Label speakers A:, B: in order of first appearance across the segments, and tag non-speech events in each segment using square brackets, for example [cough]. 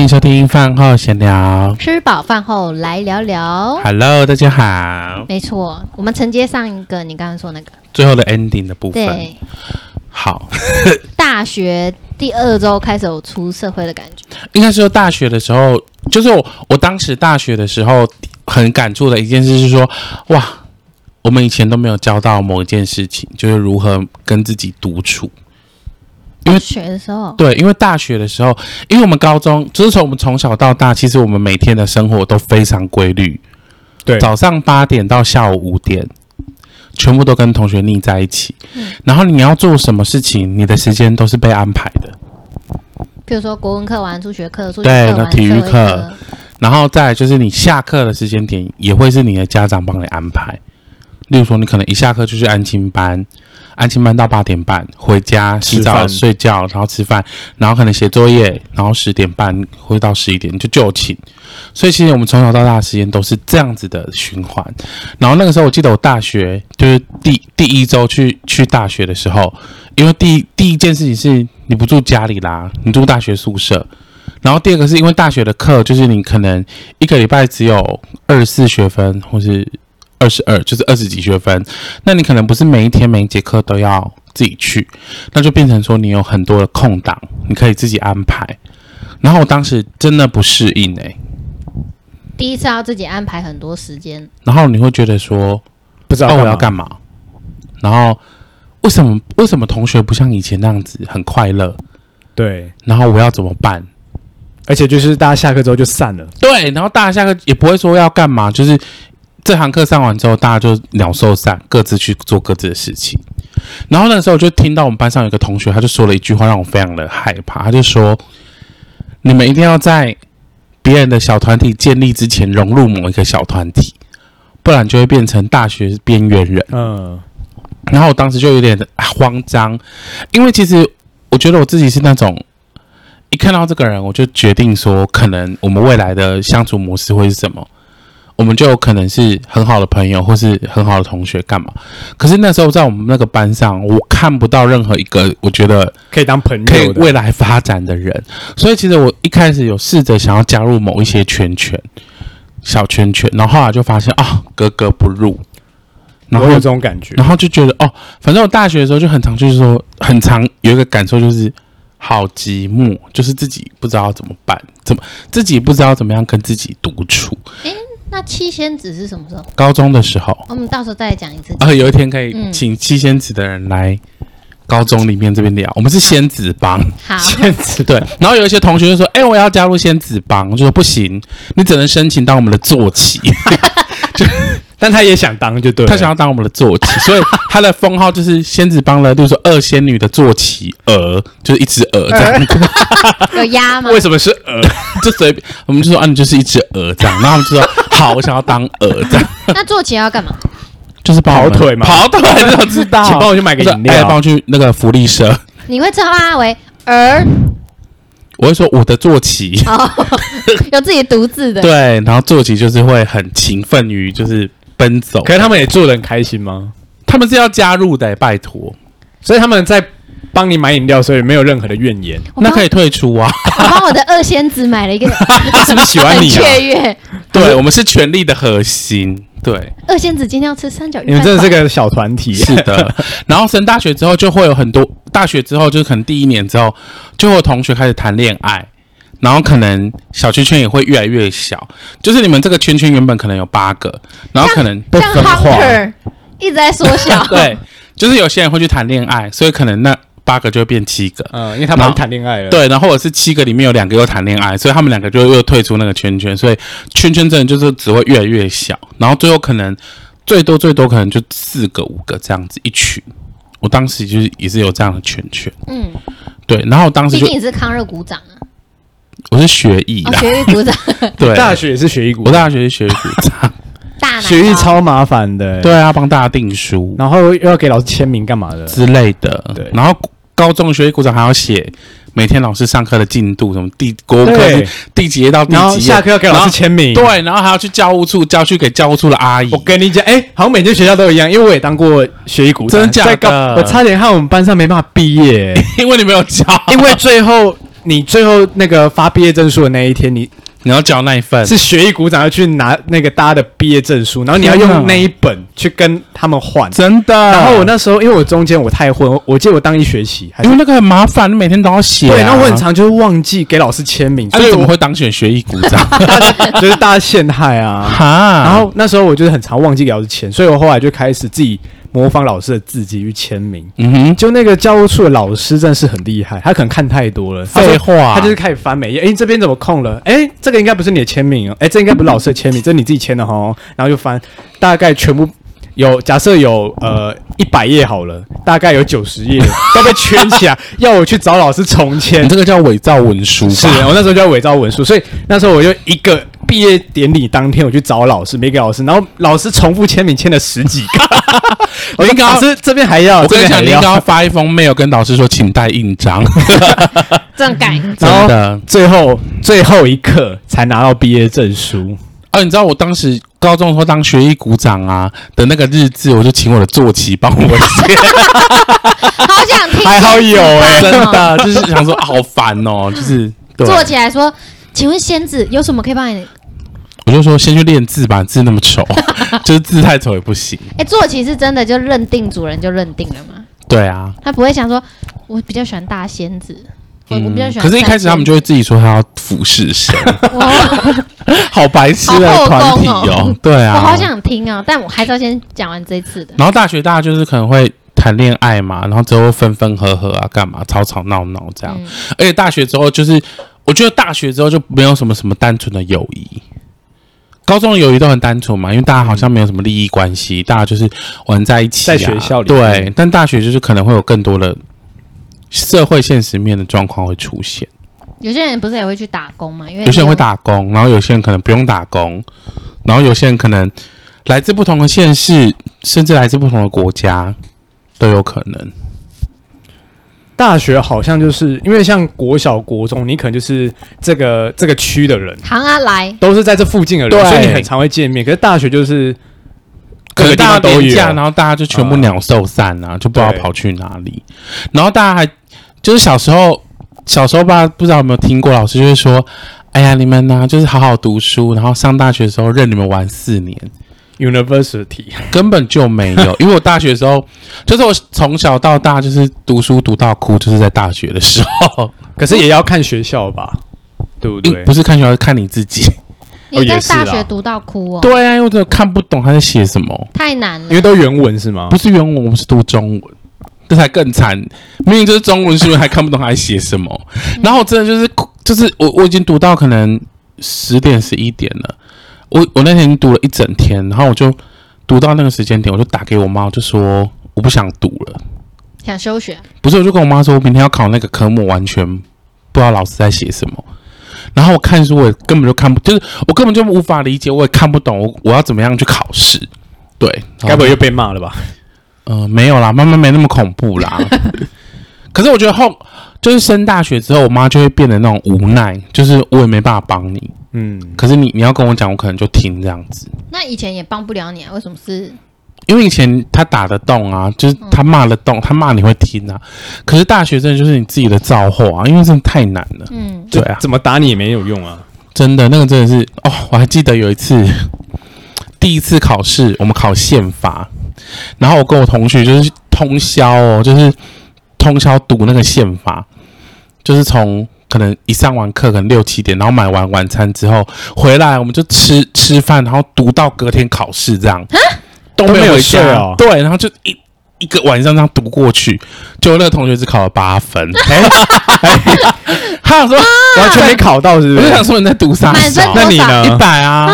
A: 迎收听饭后闲聊。
B: 吃饱饭后来聊聊。
A: Hello，大家好。
B: 没错，我们承接上一个你刚刚说那个，
A: 最后的 ending 的部分，
B: 对，
A: 好，
B: 大学第二周开始有出社会的感觉。
A: 应该是说大学的时候，就是我我当时大学的时候很感触的一件事是说，哇，我们以前都没有教到某一件事情，就是如何跟自己独处。因为
B: 大学的时候，
A: 对，因为大学的时候，因为我们高中，就是从我们从小到大，其实我们每天的生活都非常规律，
C: 对
A: 早上八点到下午五点，全部都跟同学腻在一起。然后你要做什么事情，你的时间都是被安排的。
B: 比如说国文课完、数学课、数学
A: 对
B: 课
A: 那
B: 完、
A: 体育
B: 社会
A: 课，然后再来就是你下课的时间点，也会是你的家长帮你安排。例如说，你可能一下课就去安亲班，安亲班到八点半回家洗
C: 吃
A: 澡、
C: 饭
A: 睡觉，然后吃饭，然后可能写作业，然后十点半或者到十一点就就寝。所以其实我们从小到大的时间都是这样子的循环。然后那个时候，我记得我大学就是第第一周去去大学的时候，因为第第一件事情是你不住家里啦，你住大学宿舍。然后第二个是因为大学的课，就是你可能一个礼拜只有二十四学分，或是二十二，就是二十几学分，那你可能不是每一天每一节课都要自己去，那就变成说你有很多的空档，你可以自己安排。然后我当时真的不适应诶、欸
B: 第一次要自己安排很多时间，
A: 然后你会觉得说，
C: 不知道
A: 哦，我要
C: 干
A: 干
C: 嘛。
A: 嘛？然后为什么为什么同学不像以前那样子很快乐？
C: 对，
A: 然后我要怎么办？
C: 而且就是大家下课之后就散了，
A: 对，然后大家下课也不会说要干嘛，就是这堂课上完之后，大家就鸟兽散，各自去做各自的事情。然后那个时候，我就听到我们班上有一个同学，他就说了一句话，让我非常的害怕。他就说：“你们一定要在别人的小团体建立之前，融入某一个小团体，不然就会变成大学边缘人。”
C: 嗯，
A: 然后我当时就有点慌张，因为其实我觉得我自己是那种一看到这个人，我就决定说，可能我们未来的相处模式会是什么。我们就有可能是很好的朋友，或是很好的同学，干嘛？可是那时候在我们那个班上，我看不到任何一个我觉得
C: 可以当朋友
A: 可以
C: 的，
A: 未来发展的人，所以其实我一开始有试着想要加入某一些圈圈、小圈圈，然后后来就发现啊，格格不入。然
C: 我
A: 后
C: 有这种感觉，
A: 然后就觉得哦，反正我大学的时候就很常就是说，很常有一个感受就是好寂寞，就是自己不知道怎么办，怎么自己不知道怎么样跟自己独处。
B: 那七仙子是什么时候？
A: 高中的时候，
B: 我们到时候再来讲一次。
A: 啊，有一天可以
B: 嗯
A: 请七仙子的人来高中里面这边聊，我们是仙子帮，
C: [laughs]
B: 好，
C: 限制
A: 对。然后有一些同学就说，哎、我要加入仙子帮，我就说不行，你只能申请当我们的坐骑。
C: 但他也想当，就对了，
A: 他想要当我们的坐骑，所以他的封号就是仙子帮的，例如说二仙女的坐骑鹅，就是一只鹅这样，
B: 有鸭吗？
C: 为什么是 [laughs] 呃？
A: [laughs] 就随便我们就说啊，你就是一只鹅这样，然后我们就说好，我想要当鹅这样，
B: 那坐起来要干嘛？
A: 就是帮我们
C: 跑腿嘛
A: 跑腿就知道，
C: 请帮我去买个饮
A: 哎帮
C: 料
A: 我。去那个福利社，
B: 你会称呼它为儿，
A: 我会说我的坐骑， [laughs]
B: 有自己独自的。
A: 对，然后坐骑就是会很勤奋于就是奔走，
C: 可是他们也做的很开心吗？
A: 他们是要加入
C: 欸
A: 的、拜托，
C: 所以他们在帮你买饮料，所以没有任何的怨言，
B: 我
A: 那
B: 帮
A: 可以退出啊，
B: 我帮我的二仙子买了一个，
A: [laughs]
C: 他是不是 [laughs] 喜欢
B: 很
C: 你啊？
B: 雀跃。
A: 对我们是权力的核心，对。
B: 二仙子今天要吃三角鱼
C: 你
B: 饭团。
C: 们真的是个小团体，
A: 是
B: [laughs]
A: 的，然后升大学之后就会有很多，大学之后就是可能第一年之后，就会有同学开始谈恋爱，然后可能小圈圈也会越来越小，就是你们这个圈圈原本可能有八个，然后可能，
B: 像 Hunter 一直在缩小
A: [laughs] 对，就是有些人会去谈恋爱，所以可能那八个就会变七个。
C: [laughs] 嗯，因为他们谈恋爱了，，
A: 对，然后我是七个里面有两个又谈恋爱，所以他们两个就又退出那个圈圈，所以圈圈真的就是只会越来越小，然后最后可能最多最多可能就四个五个这样子一群。我当时就是也是有这样的圈圈，
B: 嗯，
A: 对，然后我当时
B: 毕
A: 就
B: 竟你是康乐股长啊，
A: 我是学艺
B: 哦，
A: 啦，
B: 学育股长，
A: 对，
C: 大学也是学艺股
A: 我，大学是学艺股长，
B: 大奶
C: 学艺
B: 糕
C: 超麻烦的，
A: 对，啊，帮大家订书
C: 然后又要给老师签名干嘛的，
A: 之类的，
C: 对
A: 然后高中学艺股长还要写每天老师上课的进度，什么第国文课
C: 对
A: 是第几页到第
C: 然后
A: 几页
C: 下课，要给老师签名，
A: 对，然后还要去教务处交去给教务处的阿姨
C: [laughs] 我，跟你讲，哎、好像每间学校都一样，因为我也当过学艺股长，
A: 真的假的 [laughs]
C: 在高我差点害我们班上没办法毕业、
A: 因为你没有教，
C: 因为最后你最后那个发毕业证书的那一天，你
A: 你要缴那一份，
C: 是学艺鼓掌要去拿那个大家的毕业证书，然后你要
A: 天哪
C: 用那一本去跟他们换。
A: 真的。
C: 然后我那时候因为我中间我太混，我我记得我当一学期还是
A: 因为那个很麻烦，你每天都要写、啊。
C: 对，然后我很常就是忘记给老师签名，
A: 啊，
C: 所以
A: 你怎么
C: 我
A: 会当选学艺鼓掌？
C: [laughs] 就是大家陷害啊。
A: [laughs] 哈，
C: 然后那时候我就是很常忘记给老师签，所以我后来就开始自己模仿老师的字迹去签名。
A: 嗯哼，
C: 就那个教务处的老师真的是很厉害，他可能看太多了，他说
A: 废话，
C: 他就是开始翻每页，哎、这边怎么空了？哎、这个应该不是你的签名哦，哎、这应该不是老师的签名，这是你自己签的哦。然后就翻，大概全部有，假设有呃一百页好了，大概有九十页 [laughs] 都被圈起来，要我去找老师重签
A: 你。这个叫伪造文书吧？
C: 是我那时候就要伪造文书，所以那时候我就一个毕业典礼当天我去找老师，每个老师，然后老师重复签名签了十几个，我
A: 林
C: 说
A: 高
C: [laughs] 老师这边还要，
A: 我
C: 这
A: 跟你
C: 边还
A: 讲，你
C: 要
A: 刚刚发一封 mail 跟导师说，请带印章，
B: 这样改，
A: [laughs] 真
C: 然后
A: 的。
C: 最后最后一刻才拿到毕业证书。
A: 啊，你知道我当时高中的时候当学艺鼓掌啊的那个日志，我就请我的坐骑帮我 [laughs] 写，
B: 好想听。
C: 还好有哎
A: 欸真的就是想说啊好烦哦，就是对，
B: 坐起来说，请问仙子有什么可以帮你？
A: 我就说先去练字吧，字那么 [laughs] 丑，就是字太丑也不行。
B: 哎，坐骑是真的就认定主人就认定了吗？
A: 对啊，
B: 他不会想说，我比较喜欢大仙子，我我比
C: 嗯
B: 较喜欢。
A: 嗯可是一开始他们就会自己说他要服侍神，
B: 我
A: [laughs] 好白痴的
B: 哦好后
A: 团体
B: 宫哦
A: 哦。对
B: 我
A: 啊，
B: 好想听啊，但我还是要先讲完这一次的。
A: 然后大学大家就是可能会谈恋爱嘛，然后之后分分合合啊，干嘛吵吵闹闹这样。
B: 嗯
A: 而且大学之后就是，我觉得大学之后就没有什么什么单纯的友谊。高中的友谊都很单纯嘛，因为大家好像没有什么利益关系，大家就是玩在一起、啊，
C: 在学校里
A: 对，但大学就是可能会有更多的社会现实面的状况会出现。
B: 有些人不是也会去打工嘛？因为
A: 有些人会打工，然后有些人可能不用打工，然后有些人可能来自不同的县市，甚至来自不同的国家，都有可能。
C: 大学好像就是因为像国小、国中，你可能就是这个这个区的人，
B: 行啊来，
C: 都是在这附近的人，
A: 对
C: 所以你很常会见面。可是大学就是
A: 可
C: 各
A: 能
C: 个地
A: 大
C: 方
A: 家
C: 都有
A: 廉价，然后大家就全部鸟兽散啊，就不知道
C: 对
A: 跑去哪里。然后大家还就是小时候，小时候吧，不知道有没有听过，老师就会说：“哎呀，你们呢、就是好好读书，然后上大学的时候任你们玩四 [laughs] 年。”
C: university，
A: 根本就没有，因为我大学的时候，就是我从小到大就是读书读到哭，就是在大学的时候，
C: 可是也要看学校吧，对不对？
A: 不是看学校，是看你自己。
C: 哦
B: 你在
C: 也是
B: 大
C: 啦
B: 学读到哭哦，
A: 啊对啊，因为我真的看不懂他在写什么，
B: 太难
C: 因
B: 了。
C: 为都原文是吗
A: 不？是原文，我们是读中文，这才更惨。明明就是中文书，还看不懂他在写什么。然后我真的就是哭就是我我已经读到可能十点十一点了，我我那天已经读了一整天，然后我就读到那个时间点，我就打给我妈，我就说我不想读了。
B: 想休学，
A: 不是，我就跟我妈说，我明天要考那个科目，完全不知道老师在写什么。然后我看书，我也根本就看不，就是我根本就无法理解，我也看不懂，我我要怎么样去考试？对，然后
C: 该不会又被骂了吧？
A: 呃没有啦，妈妈没那么恐怖 [laughs] 啦。可是我觉得后就是升大学之后，我妈就会变得那种无奈，就是我也没办法帮你，
C: 嗯，
A: 可是你你要跟我讲，我可能就听这样子。
B: 那以前也帮不了你啊？为什么是？
A: 因为以前他打得动啊，就是他骂得动，他骂你会听啊。可是大学真的就是你自己的造化啊，因为真的太难了。
B: 嗯，
A: 对啊
C: 就怎么打你也没有用啊。
A: 真的，那个真的是哦，我还记得有一次，第一次考试，我们考宪法，然后我跟我同学就是通宵哦，就是通宵读那个宪法，就是从可能一上完课可能六七点，然后买完晚餐之后回来，我们就吃吃饭，然后读到隔天考试这样，都
C: 啊都没有
A: 回
C: 睡
A: 家
C: 哦
A: 对，然后就一。一个晚上这样读过去，结果那个同学只考了八
C: [laughs]
A: 分，哎他想说，
C: 完全没考到，是
A: 我
C: 不？
A: 就是想说你在读啥
B: 满分
A: 小啊？
B: 多
C: 那你
A: 一
C: 呢？
A: 百啊，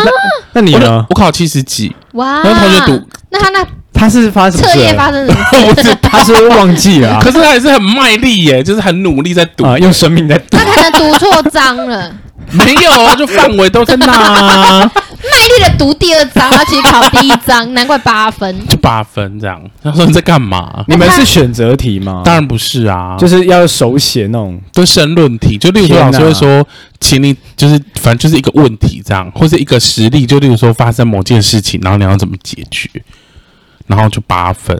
C: 那你
A: 我就
C: 呢？
A: 我考七十几，
B: 哇，
A: 然后同学读，
B: 那他那
C: 他是发生什么
B: 彻夜
C: 事了？
B: 发生什么？
C: [laughs]
A: 我只
C: 他是不是忘记了啊
A: 可是还是很卖力耶，就是很努力在读，
C: 啊，用生命在赌
B: 他可能读错章 [laughs] 了，
A: 没有啊，就范围都在那
C: [laughs]
A: 啊，
B: 卖力的读第二章，他其实考第一 [laughs] 章，难怪八分。
A: 就八分这样。他说你在干嘛？
C: [laughs] 你们是选择题吗？
A: 当然不是啊，
C: 啊就
A: 就是
C: 要手写那种。
A: 都申论题，就例如说
C: 天
A: 老
C: 哪
A: 师会说，请你就是反正就是一个问题这样，或是一个实例，就例如说发生某件事情，然后你要怎么解决，然后就八分，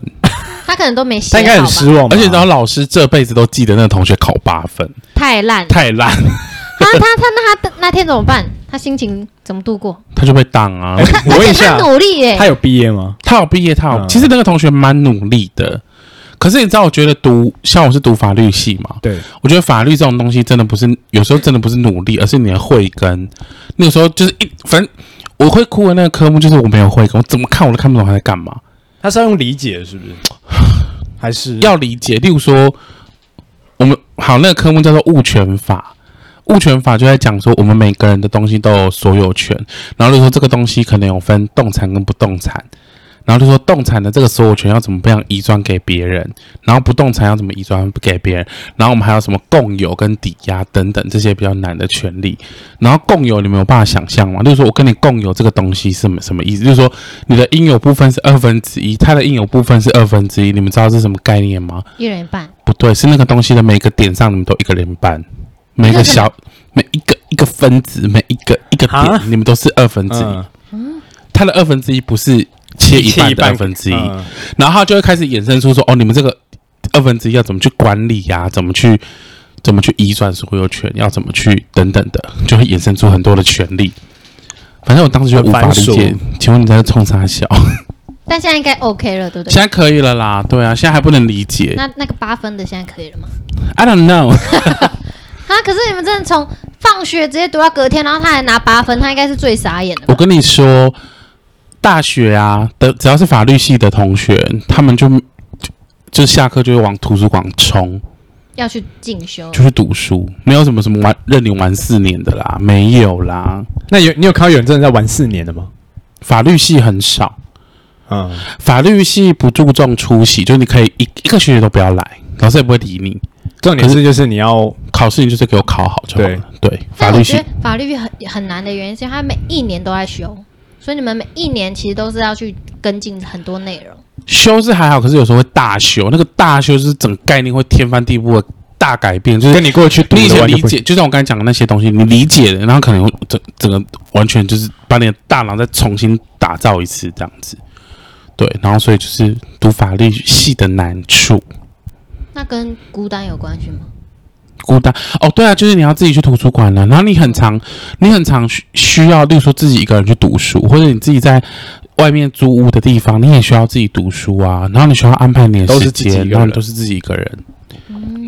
B: 他可能都没写好吧，
C: 他应该很失望吧，
A: 而且你知道，老师这辈子都记得那个同学考八分，
B: 太烂了。
A: 太烂，
B: 他他他那他那天怎么办？他心情怎么度过？
A: 他就被当啊。
C: 哎 [laughs] 我问一
B: 而且 [laughs] 他哎
C: 下，
B: 努力耶、
C: 他有毕业吗？
A: 他有毕业，他有，
C: 嗯
A: 其实那个同学蛮努力的。可是你知道，我觉得读像我是读法律系嘛，
C: 对，
A: 我觉得法律这种东西真的不是，有时候真的不是努力，而是你的慧根。那个时候就是一，反正我会哭的那个科目就是我没有慧根，我怎么看我都看不懂他在干嘛。
C: 他是要用理解是不是？还是
A: 要理解，例如说，我们好那个科目叫做物权法，物权法就在讲说我们每个人的东西都有所有权，然后就说这个东西可能有分动产跟不动产。然后就说动产的这个所有权要怎么样移转给别人，然后不动产要怎么移转给别人，然后我们还有什么共有跟抵押等等这些比较难的权利。然后共有你们有办法想象吗？就是说我跟你共有这个东西是什么什么意思？就是说你的应有部分是二分之一，它的应有部分是二分之一，你们知道这是什么概念吗？
B: 一人一半，
A: 不对，是那个东西的每个点上，你们都一个人半，每个小每一个一个分子，每一个一个
C: 啊
A: 点，你们都是二分之一
C: 嗯。
A: 它的二分之一不是切一半的二分之一，
C: 嗯
A: 然后它就会开始衍生出说，哦，你们这个二分之一要怎么去管理呀、怎么去怎么去移转所有权，要怎么去等等的，就会衍生出很多的权利。反正我当时就无法
C: 很
A: 理
C: 繁琐
A: 解，请问你在冲啥小？
B: 但现在应该 OK 了，对不
A: 现
B: 对？
A: 在可以了啦，对啊，现在还不能理解。
B: 那那个八分的现在可以了吗？
A: I don't
B: [laughs]
A: know，
B: 啊！可是你们真的从放学直接读到隔天，然后他还拿八分，他应该是最傻眼的
A: 我
B: 吧。
A: 跟你说，大学啊的只要是法律系的同学，他们就就就下课就会往图书馆冲。
B: 哦要去进修，
A: 就是读书，没有什么什么玩认领玩四年的啦，没有啦。
C: 那有你有看到有人真的在玩四年的吗？
A: 法律系很少，
C: 嗯，
A: 法律系不注重出席，就是你可以一一个学期都不要来，老师也不会理你。
C: 重点
A: 可
C: 是就是你要
A: 考试你就是给我考好就好了。对，法
B: 但
A: 律
B: 我
A: 系
B: 觉得法律很很难的原因是，他每一年都在修，所以你们每一年其实都是要去跟进很多内容。
A: 修是还好，可是有时候会大修，那个大修就是整个概念会天翻地覆的大改变，就是
C: 跟你过去读
A: 你以
C: 的
A: 前
C: 完全
A: 理
C: 不一
A: 解，就像我刚才讲的那些东西，你理解了，然后可能整整个完全就是把你的大脑再重新打造一次这样子。对，然后所以就是读法律系的难处，
B: 那跟孤单有关系吗？
A: 孤单哦，对啊，就是你要自己去图书馆啊了，然后你很常，你很常需需要，例如说自己一个人去读书，或者你自己在外面租屋的地方，你也需要自己读书啊，然后你需要安排你的
C: 都是
A: 时
C: 自己一个
A: 间，
C: 人
A: 然后你都是自己一个人，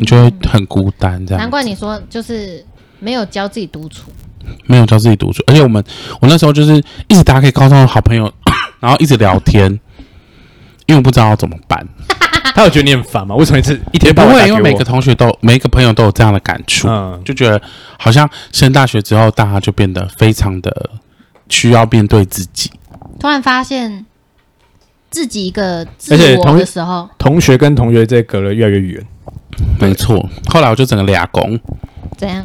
A: 你就会很孤单这样
B: 嗯难。怪你说就是没有教自己独处，
A: 没有教自己独处，而且我们我那时候就是一直打给高中的好朋友， [coughs] 然后一直聊天，因为我不知道要怎么办。
C: 他有觉得你很烦吗？为什么一次一
A: 也
C: 天
A: 不
C: 到晚打
A: 会，
C: 给
A: 因为
C: 我
A: 每个同学都每一个朋友都有这样的感触，
C: 嗯，
A: 就觉得好像升大学之后，大家就变得非常的需要面对自己。
B: 突然发现自己一个自
C: 而且
B: 我
C: 同
B: 的时候，
C: 同学跟同学这隔了越来越远，
A: 没错，后来我就整个俩工，
B: 怎样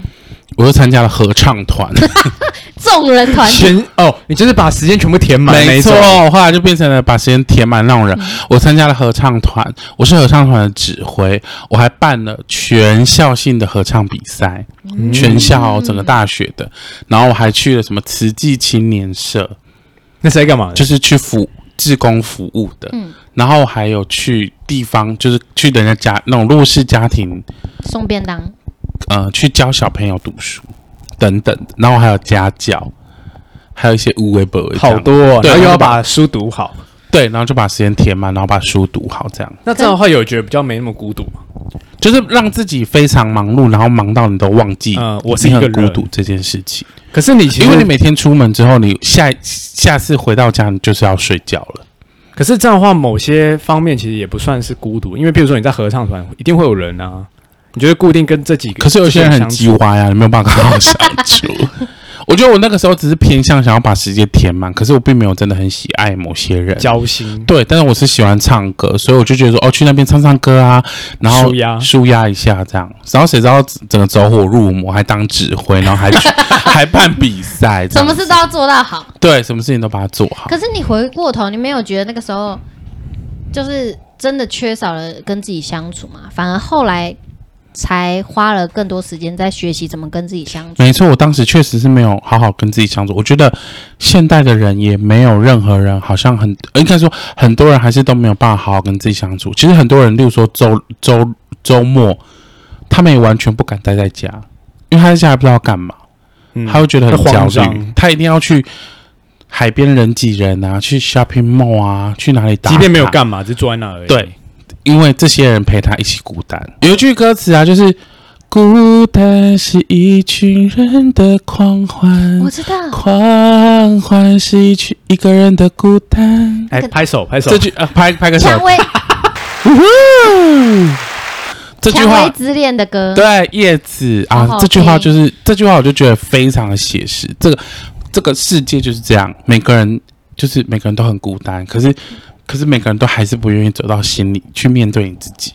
A: 我就参加了合唱团，
B: 众人团体
C: 全哦，你就是把时间全部填满， [laughs] 没嗯
A: 错，我后来就变成了把时间填满那种人。我参加了合唱团，我是合唱团的指挥，我还办了全校性的合唱比赛。
C: 嗯
A: 全校哦整个大学的，然后我还去了什么慈济青年社，
C: 那是在干嘛？
A: 就是去服志工服务的，
B: 嗯
A: 然后还有去地方，就是去人家家那种弱势家庭，
B: 送便当，
A: 呃，去教小朋友读书等等，然后还有家教，还有一些无微不微这样
C: 好多、哦，
A: 对
C: 然后又
A: 然
C: 要
A: 后把
C: 把书读好。
A: 对，然后就把时间填满，然后把书读好，这样
C: 那这样的话，有觉得比较没那么孤独吗？
A: 就是让自己非常忙碌，然后忙到你都忘记，
C: 嗯我是一
A: 你
C: 个
A: 很孤
C: 人
A: 独这件事情，
C: 可是你其实，
A: 因为你每天出门之后，你下下次回到家，你就是要睡觉了。
C: 可是这样的话，某些方面其实也不算是孤独，因为比如说你在合唱团，一定会有人啊，你就会固定跟这几个。
A: 可是有些人很鸡
C: 相处，
A: 歪呀、你没有办法好好相处。 [laughs] 我觉得我那个时候只是偏向想要把时间填满，可是我并没有真的很喜爱某些人。
C: 交心。
A: 对，但是我是喜欢唱歌，所以我就觉得说，哦，去那边唱唱歌啊，然后
C: 舒压
A: 舒压一下这样。然后谁知道整个走火入魔，还当指挥，然后还去 [laughs] 还办比赛，这
B: 什
A: 样
B: 么事都要做到好。
A: 对，什么事情都把它做好
B: 可。是你回过头，你没有觉得那个时候就是真的缺少了跟自己相处吗？反而后来才花了更多时间在学习怎么跟自己相处。
A: 没错，我当时确实是没有好好跟自己相处。我觉得现代的人也没有任何人好像很，呃应该说很多人还是都没有办法好好跟自己相处。其实很多人，例如说周周周末，他们也完全不敢待在家，因为他在家还不知道干嘛，
C: 嗯
A: 他会觉得很
C: 会
A: 焦
C: 慌
A: 虑
C: 张，
A: 他一定要去海边人挤人啊，去 shopping mall 啊，去哪里打卡，
C: 即便没有干嘛，只坐在那而已。，
A: 对，因为这些人陪他一起孤单。有一句歌词啊，就是“孤单是一群人的狂欢
B: 我，知道，
A: 狂欢是一群一个人的孤单
C: 哎，
B: 那个
C: 拍手拍”。
A: [laughs]
C: 手
A: 这，句呃，拍拍个手，
B: 蔷薇
A: 呜呼这句
B: 蔷薇
A: 话。
B: 之恋的歌，
A: 对叶子啊
B: 好好，
A: 这句话就
B: 听
A: 是这句话，我就觉得非常的写实。这个这个世界就是这样，每个人就是每个人都很孤单，可是可是每个人都还是不愿意走到心里去面对你自己。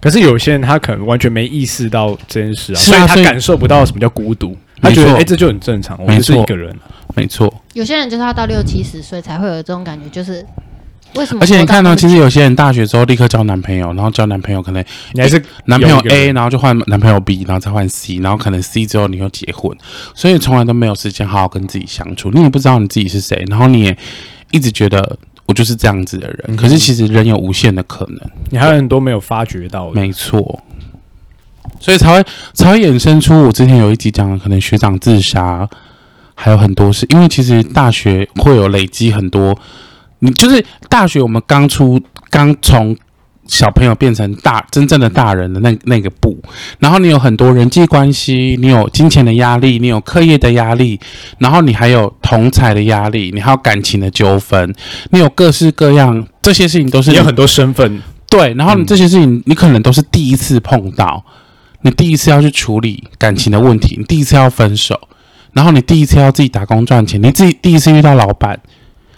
C: 可是有些人他可能完全没意识到这件事啊，
A: 是
C: 所
A: 啊
C: 以他
A: 所以
C: 感受不到什么叫孤独，他觉
A: 没
C: 得
A: 错
C: 哎这就很正常，我
A: 没
C: 就是
A: 错
C: 一个人。啊
A: 没错，
B: 有些人就是要到六七十岁才会有这种感觉，就是为什么？
A: 而且你看到，
B: 到，
A: 其实有些人大学之后立刻交男朋友，然后交男朋友可能
C: 你还是
A: 哎男朋友
C: 有一个
A: A，
C: 人
A: 然后就换男朋友 B，然后再换 C，然后可能 C 之后你又结婚，所以从来都没有时间好好跟自己相处。你也不知道你自己是谁，然后你也一直觉得我就是这样子的人，
C: 嗯
A: 可是其实人有无限的可能。
C: 你还有很多没有发觉到的。
A: 没错，所以才会才会衍生出我之前有一集讲的，可能学长自杀，还有很多事，因为其实大学会有累积很多，你就是大学我们刚出刚从。小朋友变成大真正的大人的那那个步，然后你有很多人际关系，你有金钱的压力，你有课业的压力，然后你还有同才的压力，你还有感情的纠纷，你有各式各样这些事情都是
C: 你
A: 你
C: 有很多身份，
A: 对，然后你
C: 嗯
A: 这些事情，你可能都是第一次碰到，你第一次要去处理感情的问题，你第一次要分手，然后你第一次要自己打工赚钱，你自己第一次遇到老板，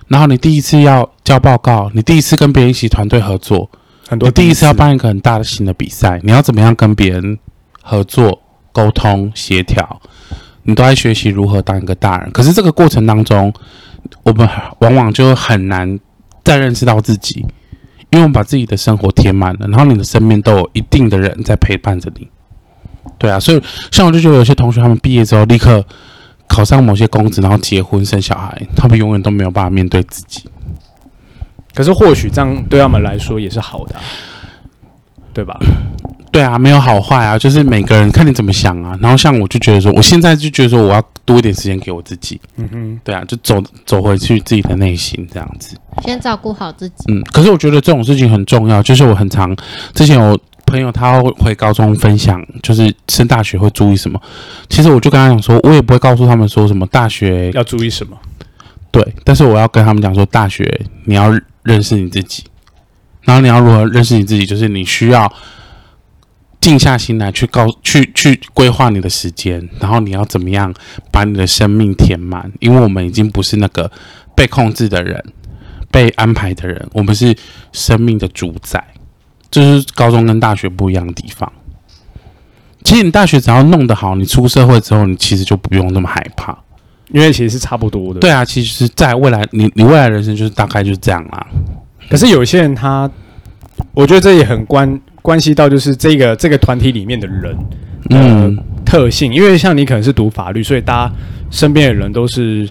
A: 然后你第一次要交报告，你第一次跟别人一起团队合作，
C: 很多
A: 你第一次要
C: 帮。
A: 办一个很大的型的比赛，你要怎么样跟别人合作、沟通、协调，你都在学习如何当一个大人。可是这个过程当中，我们往往就很难再认识到自己，因为我们把自己的生活填满了，然后你的身边都有一定的人在陪伴着你。对啊，所以像我就觉得有些同学他们毕业之后立刻考上某些公职，然后结婚生小孩，他们永远都没有办法面对自己。
C: 可是或许这样对他们来说也是好的啊、对吧？
A: 对啊，没有好坏啊，就是每个人看你怎么想啊。然后像我就觉得说，我现在就觉得说，我要多一点时间给我自己。
C: 嗯哼，
A: 对啊，就走走回去自己的内心这样子。
B: 先照顾好自己。
A: 嗯，可是我觉得这种事情很重要，就是我很常之前我朋友他会回高中分享，就是升大学会注意什么。其实我就跟他讲说，我也不会告诉他们说什么大学
C: 要注意什么？
A: 对，但是我要跟他们讲说，大学你要认识你自己，然后你要如何认识你自己，就是你需要静下心来去告去去规划你的时间，然后你要怎么样把你的生命填满，因为我们已经不是那个被控制的人，被安排的人，我们是生命的主宰，这、就是高中跟大学不一样的地方。其实你大学只要弄得好，你出社会之后，你其实就不用那么害怕。
C: 因为其实是差不多的。
A: 对，啊，其实，在未来，你你未来人生就是大概就是这样啦。
C: 可是有些人他，我觉得这也很关关系到就是这个这个团体里面的人呃
A: 嗯，
C: 特性，因为像你可能是读法律，所以大家身边的人都是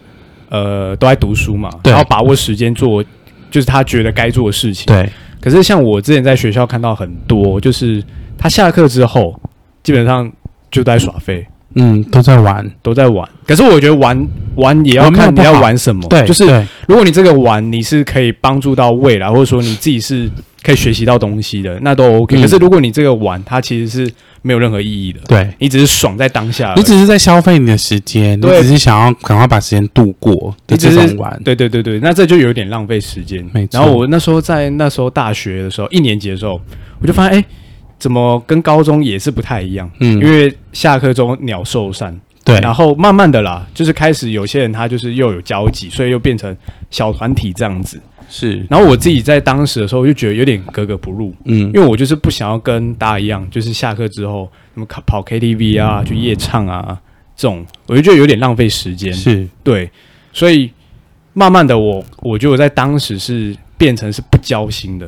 C: 呃都在读书嘛，
A: 对
C: 然后把握时间做就是他觉得该做的事情。
A: 对，
C: 可是像我之前在学校看到很多，就是他下课之后基本上就在耍废。
A: 嗯，都在玩，
C: 都在玩。可是我觉得玩玩也要
A: 玩没有
C: 看你
A: 不好
C: 要玩什么，
A: 对，
C: 就是
A: 对
C: 如果你这个玩你是可以帮助到未来，或者说你自己是可以学习到东西的，那都 OK、
A: 嗯
C: 可是如果你这个玩它其实是没有任何意义的，
A: 对，
C: 你只是爽在当下而已，
A: 你只是在消费你的时间，你
C: 呃对
A: 只是想要赶快把时间度过的
C: 你
A: 这
C: 只是
A: 种玩，
C: 对对对对，那这就有点浪费时间
A: 没。错
C: 然后我那时候在那时候大学的时候，一年级的时候，我就发现哎、诶怎么跟高中也是不太一样，
A: 嗯
C: 因为下课钟鸟兽散。
A: 对，
C: 然后慢慢的啦，就是开始有些人他就是又有交集，所以又变成小团体这样子。
A: 是，
C: 然后我自己在当时的时候，我就觉得有点格格不入，
A: 嗯
C: 因，为我就是不想要跟大家一样，就是下课之后什么跑跑 KTV 啊、去夜唱啊这种，我就觉得有点浪费时间。
A: 是，
C: 对，所以慢慢的我，我觉得我在当时是变成是不交心的，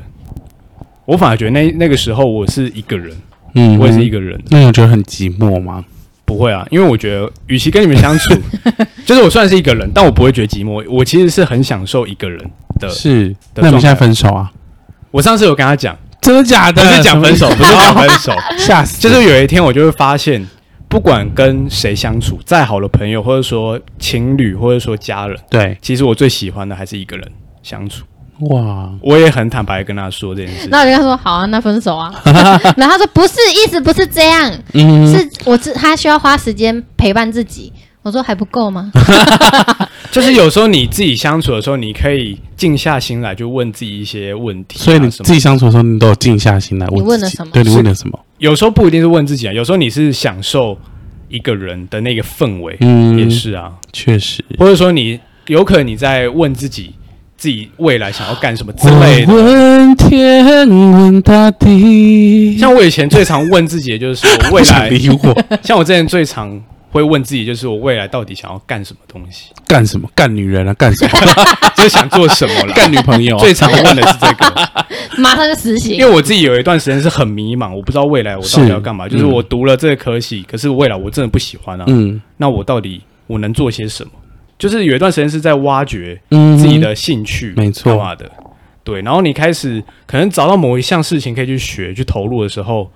C: 我反而觉得那那个时候我是一个人，
A: 嗯
C: 我也是一个人。
A: 那你觉得很寂寞吗？
C: 不会啊，因为我觉得，与其跟你们相处， [laughs] 就是我虽然是一个人，但我不会觉得寂寞。我其实是很享受一个人的。
A: 是，
C: 呃的
A: 那你们
C: 状态
A: 现在分手啊？
C: 我上次有跟他讲，
A: 真的假
C: [laughs] 不
A: 的？
C: 是讲分手， [laughs] 不是讲分手，
A: 吓死！
C: 就是有一天我就会发现，不管跟谁相处，再好的朋友，或者说情侣，或者说家人，
A: 对，
C: 其实我最喜欢的还是一个人相处。
A: 哇，
C: 我也很坦白地跟他说这件事。
B: 那我就跟他说好啊，那分
A: [laughs]
B: 手啊。然后他说不是，意思不是这样，
A: 嗯，
B: 是我知他需要花时间陪伴自己。我说还不够
A: [laughs]
B: 吗？
C: 就是有时候你自己相处的时候，你可以静下心来，就问自己一些问题啊、
A: 所以你
C: 什
A: 自
C: 么
A: 己相处的时候，你都有静下心来问
B: 你问
A: 自
B: 了
A: 己
B: 什么
A: 对，你
C: 是
A: 问了什么？
C: 有时候不一定是问自己啊，有时候你是享受一个人的那个氛围，
A: 嗯
C: 也是啊，
A: 确实，
C: 或者说你有可能你在问自己自己未来想要干什么之类
A: 我
C: 的。
A: 问天，问大地，
C: 像我以前最常问自己，的就是我
A: [laughs]
C: 未
A: 不想
C: 来，
A: 理我
C: 像我之前最常会问自己，就是我未来到底想要干什么东西，
A: 干什么？干女人啊？干什么？
C: 就是想做什么
A: [laughs]
C: 啦。
A: 干女朋友啊？
C: 最常问的是这个，
B: 马上就实行
C: 因。为我自己有一段时间是很迷茫，我不知道未来我到底要干嘛。
A: 是
C: 就是我读了这个科系，可是未来我真的不喜欢啊。
A: 嗯
C: 那我到底我能做些什么？就是有一段时间是在挖掘
A: 嗯，
C: 自己的兴趣，
A: 没错
C: 干嘛的。对，然后你开始可能找到某一项事情可以去学、去投入的时候，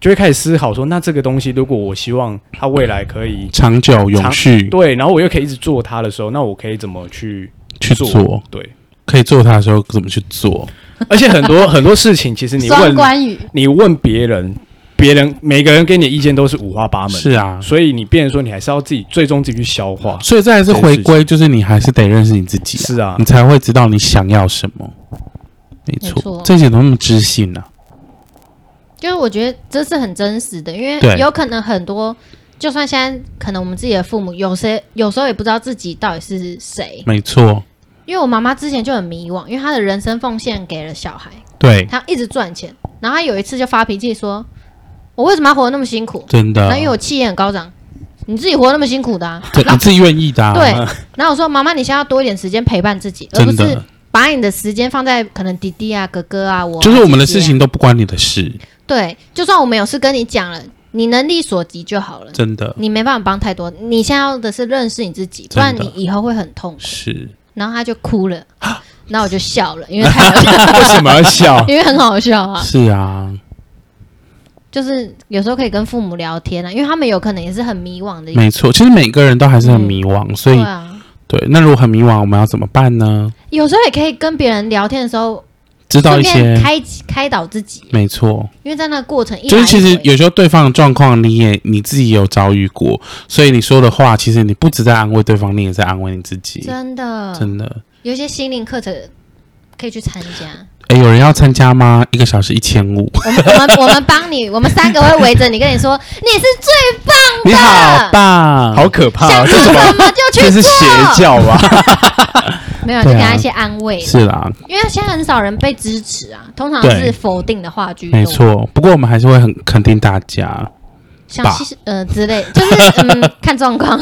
C: 就会开始思考说，那这个东西如果我希望它未来可以
A: 长久永
C: 长
A: 续
C: 对，然后我又可以一直做它的时候，那我可以怎么去
A: 去
C: 做？
A: 做，
C: 对，
A: 可以做它的时候怎么去做？
C: 而且很多很多事情，其实你
B: 双
C: 问
B: 关语，
C: 你问别人，别人每个人给你的意见都是五花八门，
A: 是啊，
C: 所以你变成说你还是要自己最终自己去消化。
A: 所以再来是回归，就是你还是得认识你自己、啊，
C: 是啊
A: 你，才会知道你想要什么。没错，
B: 没错
A: 这些都那么知性啊。
B: 就是我觉得这是很真实的，因
A: 对
B: 为有可能很多，就算现在可能我们自己的父母，有些有时候也不知道自己到底是谁。
A: 没错，
B: 因为我妈妈之前就很迷惘，因为她的人生奉献给了小孩，
A: 对，
B: 她一直赚钱，然后她有一次就发脾气说：“我为什么要活得那么辛苦？”
A: 真的
B: 那，因为我气焰很高涨，你自己活那么辛苦的、啊， [laughs]
A: 对你自己愿意的、啊，
B: 对。然后我说：“妈妈，你现在要多一点时间陪伴自己，而不
A: 真
B: 是
A: 的，
B: 把你的时间放在可能弟弟啊、哥哥啊，我啊
A: 就是我们的事。
B: 姐姐啊
A: 情都不关你的事，
B: 对，就算我们有事跟你讲了，你能力所及就好了。
A: 真的
B: 你没办法帮太多，你现在要的是认识你自己，不
A: 真的
B: 然你以后会很痛苦。
A: 是。
B: 然后他就哭了，
A: 啊
B: 然后我就笑了，因为太？
A: [laughs]
C: 为什么要笑
B: 因为很好笑 [laughs] 啊。
A: 是啊，
B: 就是有时候可以跟父母聊天啊，因为他们有可能也是很迷惘的一个。
A: 没错。其实每个人都还是很迷惘，所以
B: 对啊，
A: 对。那如果很迷惘，我们要怎么办呢？
B: 有时候也可以跟别人聊天的时候，
A: 知道
B: 顺
A: 一
B: 便
A: 些，
B: 开开导自己，
A: 没错，
B: 因为在那个过程一
A: 就是其
B: 来一
A: 实
B: 回
A: 有时候对方的状况，你也你自己也有遭遇过，所以你说的话，其实你不止在安慰对方，你也在安慰你自己，
B: 真的
A: 真的。
B: 有一些心灵课程可以去参加。
A: 哎，有人要参加吗？一个小时一千五，
B: 我们我们我们帮你，我们三个会围着你，跟你说你是最棒的，
A: 你好棒，
C: 好可怕、
B: 想
C: 啊！
B: 做什
C: 这什么？
B: 么就去
C: 这是
B: 做。
C: 邪
B: [laughs]
C: 教吧？
B: 没有，就
A: 对啊
B: 给他一些安慰，
A: 是啦，
B: 因为现在很少人被支持啊，通常
A: 对
B: 是否定的话居多。
A: 没，错。不过我们还是会很肯定大家，
B: 像
A: 吧
B: 其实呃之类，就是嗯看状况，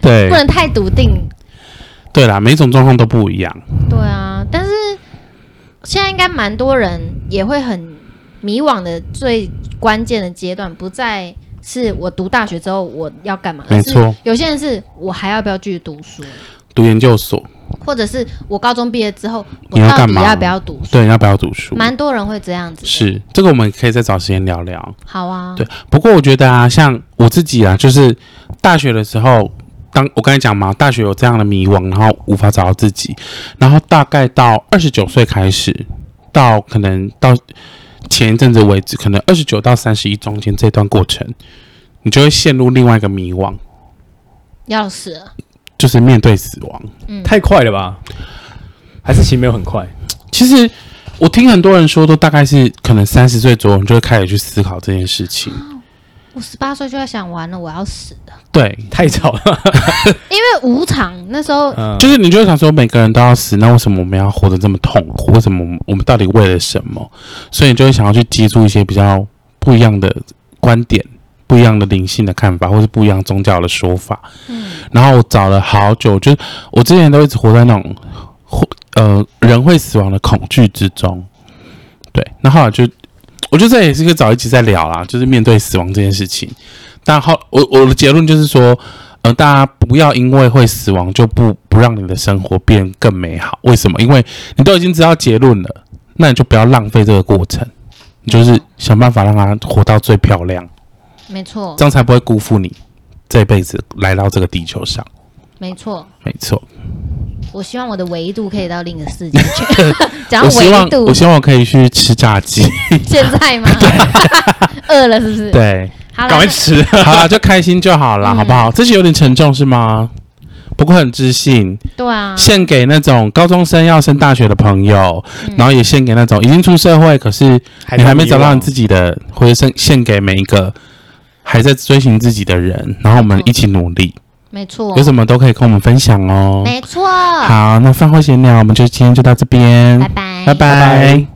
A: 对
B: 不能太笃定。
A: 对啦，每种状况都不一样，
B: 对啊，但是现在应该蛮多人也会很迷惘的，最关键的阶段不再。是我读大学之后我要干嘛？
A: 没错，
B: 有些人是我还要不要继续读书，
A: 读研究所，
B: 或者是我高中毕业之后我
A: 你要
B: 到
A: 干
B: 底
A: 嘛
B: 要不要读书？
A: 对，要不要读书？
B: 蛮多人会这样子的。
A: 是这个，我们可以再找时间聊聊。
B: 好啊，
A: 对，不过我觉得啊，像我自己啊，就是大学的时候，当我刚才讲嘛，大学有这样的迷惘，然后无法找到自己，然后大概到二十九岁开始，到可能到前一阵子为止，可能二十九到三十一中间这段过程，你就会陷入另外一个迷惘，
B: 要死了。
A: 就是面对死亡。
C: 太快了吧？还是其实没有很快？
A: 其实我听很多人说，都大概是可能三十岁左右，你就会开始去思考这件事情。
B: 我十八岁就在想完了，我要死了，
A: 对，
C: 太早了。
B: 因为无常那时候
C: 嗯
A: 就是你就会想说，每个人都要死，那为什么我们要活得这么痛苦？为什么我们我们到底为了什么？所以你就会想要去接触一些比较不一样的观点、不一样的灵性的看法，或是不一样宗教的说法。嗯，然后我找了好久，就是我之前都一直活在那种或呃人会死亡的恐惧之中。对，那后来就我觉得这也是可以早一集再聊啦，就是面对死亡这件事情。但后我我的结论就是说，呃，大家不要因为会死亡就不不让你的生活变更美好。为什么？因为你都已经知道结论了，那你就不要浪费这个过程，你就是想办法让它活到最漂亮，
B: 哦没错
A: 这，样才不会辜负你这辈子来到这个地球上。
B: 没错。
A: 没错，
B: 我希望我的维度可以到另一个世界去。讲
A: 我 [laughs]
B: 到
A: 希望
B: 维度
A: 我，希望我可以去吃炸鸡。
B: 现在吗？ [laughs] 饿了是不是？，
A: 对，
B: 好
C: 赶
B: 了
C: 快，吃。
A: 好啦，就开心就好啦，
B: 嗯
A: 好不好？这集有点沉重是吗？不过很知性，
B: 那对啊，
A: 献给那种高中生要升大学的朋友，
B: 嗯
A: 然后也献给那种已经出社会可是你还没找到你自己的，或者献献给每一个还在追寻自己的人。然后我们一起努力，
B: 没错
A: 有，什么都可以跟我们分享哦。
B: 嗯没错。
A: 好，那饭后闲聊，我们就今天就到这边，
B: 拜拜
A: 拜拜